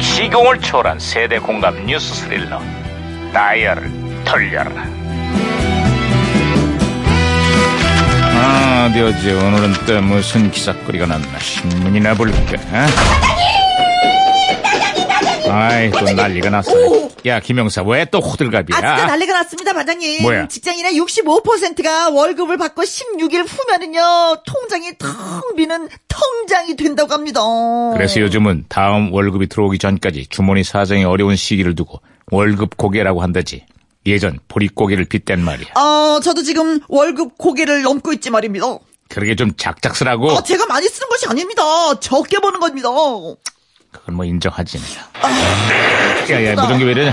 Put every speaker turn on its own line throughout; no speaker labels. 시공을 초월한 세대 공감 뉴스 스릴러 다이얼을 돌려라 아 어디 어디 오늘은 또 무슨 기사거리가 났나 신문이나 볼까 어? 아이 또 난리가 났어 야 김영사 왜 또 호들갑이야
아, 진짜 난리가 났습니다, 반장님.
뭐야?
직장인의 65%가 월급을 받고 16일 후면은요, 통장이 텅 비는 통장이 된다고 합니다.
그래서 요즘은 다음 월급이 들어오기 전까지 주머니 사정이 어려운 시기를 두고 월급 고개라고 한다지. 예전 보릿고개를 빗댄 말이야.
어, 저도 지금 월급 고개를 넘고 있지 말입니다.
그러게 좀 작작스라고
어, 제가 많이 쓰는 것이 아닙니다. 적게 버는 겁니다.
그건 뭐 인정하지.
아,
야야 무전기 왜 이러냐?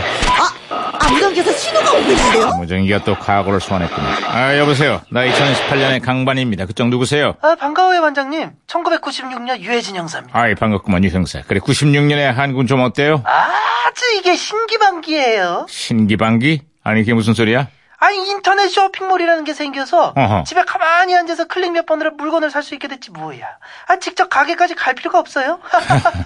아, 아, 무전기에서 신호가 오고 있는데요?
무전기가 또 과거를 소환했군요. 아 여보세요. 나 2018년의 강반입니다. 그쪽 누구세요?
아, 반가워요, 원장님. 1996년 유해진 형사입니다.
아이 반갑구만 유 형사. 그래 96년에 한군 좀 어때요?
아주 이게 신기방기예요.
신기반기? 아니 이게 무슨 소리야?
아니, 인터넷 쇼핑몰이라는 게 생겨서
어허.
집에 가만히 앉아서 클릭 몇 번으로 물건을 살 수 있게 됐지 뭐야. 아, 직접 가게까지 갈 필요가 없어요.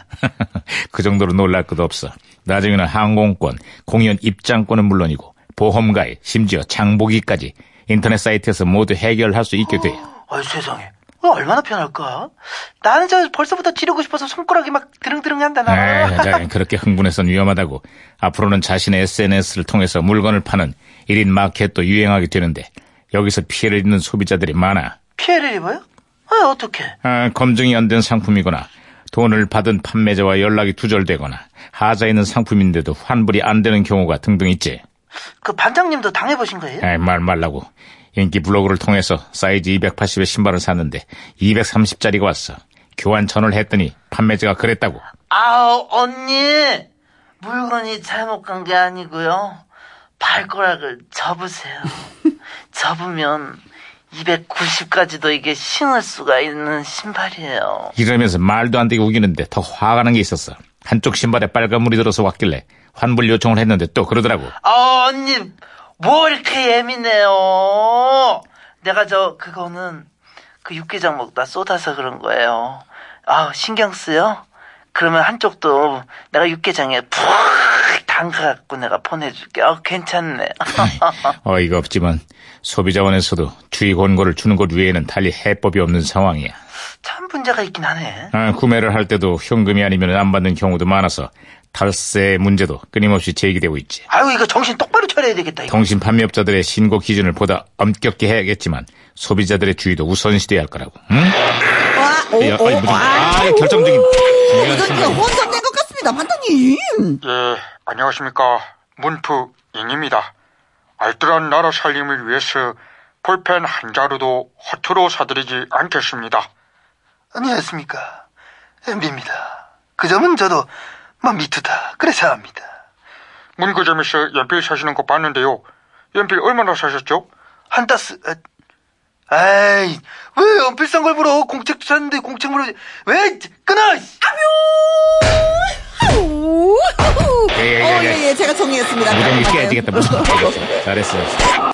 그 정도로 놀랄 것도 없어. 나중에는 항공권, 공연 입장권은 물론이고 보험가입, 심지어 장보기까지 인터넷 사이트에서 모두 해결할 수 있게 돼요.
아이, 세상에. 어, 얼마나 편할까? 나는 저 벌써부터 지르고 싶어서 손가락이 막 드릉드릉 한다, 나.
에이, 네, 자, 그렇게 흥분해선 위험하다고 앞으로는 자신의 SNS를 통해서 물건을 파는 1인 마켓도 유행하게 되는데 여기서 피해를 입는 소비자들이 많아.
피해를 입어요? 아, 어떡해.
아, 검증이 안 된 상품이거나 돈을 받은 판매자와 연락이 두절되거나 하자 있는 상품인데도 환불이 안 되는 경우가 등등 있지.
그 반장님도 당해보신 거예요?
에이, 말 말라고. 인기 블로그를 통해서 사이즈 280의 신발을 샀는데 230짜리가 왔어. 교환 전을 했더니 판매자가 그랬다고.
아우, 언니. 물건이 잘못 간 게 아니고요. 발가락을 접으세요. 접으면 290까지도 이게 신을 수가 있는 신발이에요.
이러면서 말도 안 되게 우기는데 더 화가 난 게 있었어. 한쪽 신발에 빨간물이 들어서 왔길래 환불 요청을 했는데 또 그러더라고.
아, 언니, 뭐 이렇게 예민해요? 내가 저, 그거는 그 육개장 먹다 쏟아서 그런 거예요. 아 신경 쓰여? 그러면 한쪽도 내가 육개장에 푹 담가갖고 내가 보내줄게. 아, 괜찮네.
어이가 없지만 소비자원에서도 주의 권고를 주는 것 외에는 달리 해법이 없는 상황이야.
참 문제가 있긴 하네.
아, 구매를 할 때도 현금이 아니면 안 받는 경우도 많아서 탈세 문제도 끊임없이 제기되고 있지.
아유 이거 정신 똑바로 차려야 되겠다. 이거.
통신 판매업자들의 신고 기준을 보다 엄격히 해야겠지만 소비자들의 주의도 우선시돼야 할 거라고. 응?
와, 오,
야, 아이, 무전기. 아,
아이고.
결정적인 중요한
무전기가
순간이네.
혼선된 것 같습니다, 반장님.
예, 안녕하십니까. 문프인입니다. 알뜰한 나라 살림을 위해서 볼펜 한 자루도 허투루 사들이지 않겠습니다.
안녕하십니까 MB입니다. 그 점은 저도 뭐 미투다. 그래서 합니다.
문구점에서 연필 사시는 거 봤는데요. 연필 얼마나 사셨죠?
한 따스. 아, 아이 왜 연필싼 걸 물어? 공책도 샀는데 공책 물어. 왜 끊어? 씨.
오,
예, 예, 예.
어, 예, 예, 제가 정리했습니다.
무덤이 깨야
맞아요.
되겠다. 무덤이 깨야겠다. 잘했어.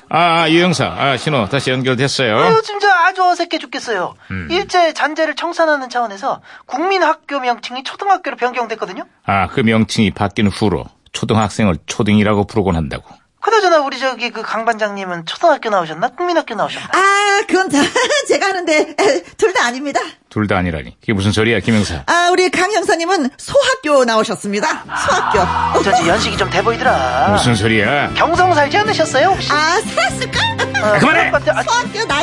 아, 아, 유 형사. 아, 신호 다시 연결됐어요. 음.
아유 진짜 아주 어색해 죽겠어요. 일제 잔재를 청산하는 차원에서 국민학교 명칭이 초등학교로 변경됐거든요.
아, 그 명칭이 바뀐 후로 초등학생을 초등이라고 부르곤 한다고.
그나저나 우리 저기 그 강 반장님은 초등학교 나오셨나? 국민학교 나오셨나?
아, 그건 다 제가 하는데, 둘 다 아닙니다.
둘 다 아니라니. 그게 무슨 소리야, 김 형사.
아, 우리 강 형사님은 소학교 나오셨습니다. 소학교.
어쩐지 연식이 좀 돼 보이더라.
무슨 소리야?
경성 살지 않으셨어요 혹시?
아, 살았을까?
어,
그만해!
그럴 것 같아. 아,
소학교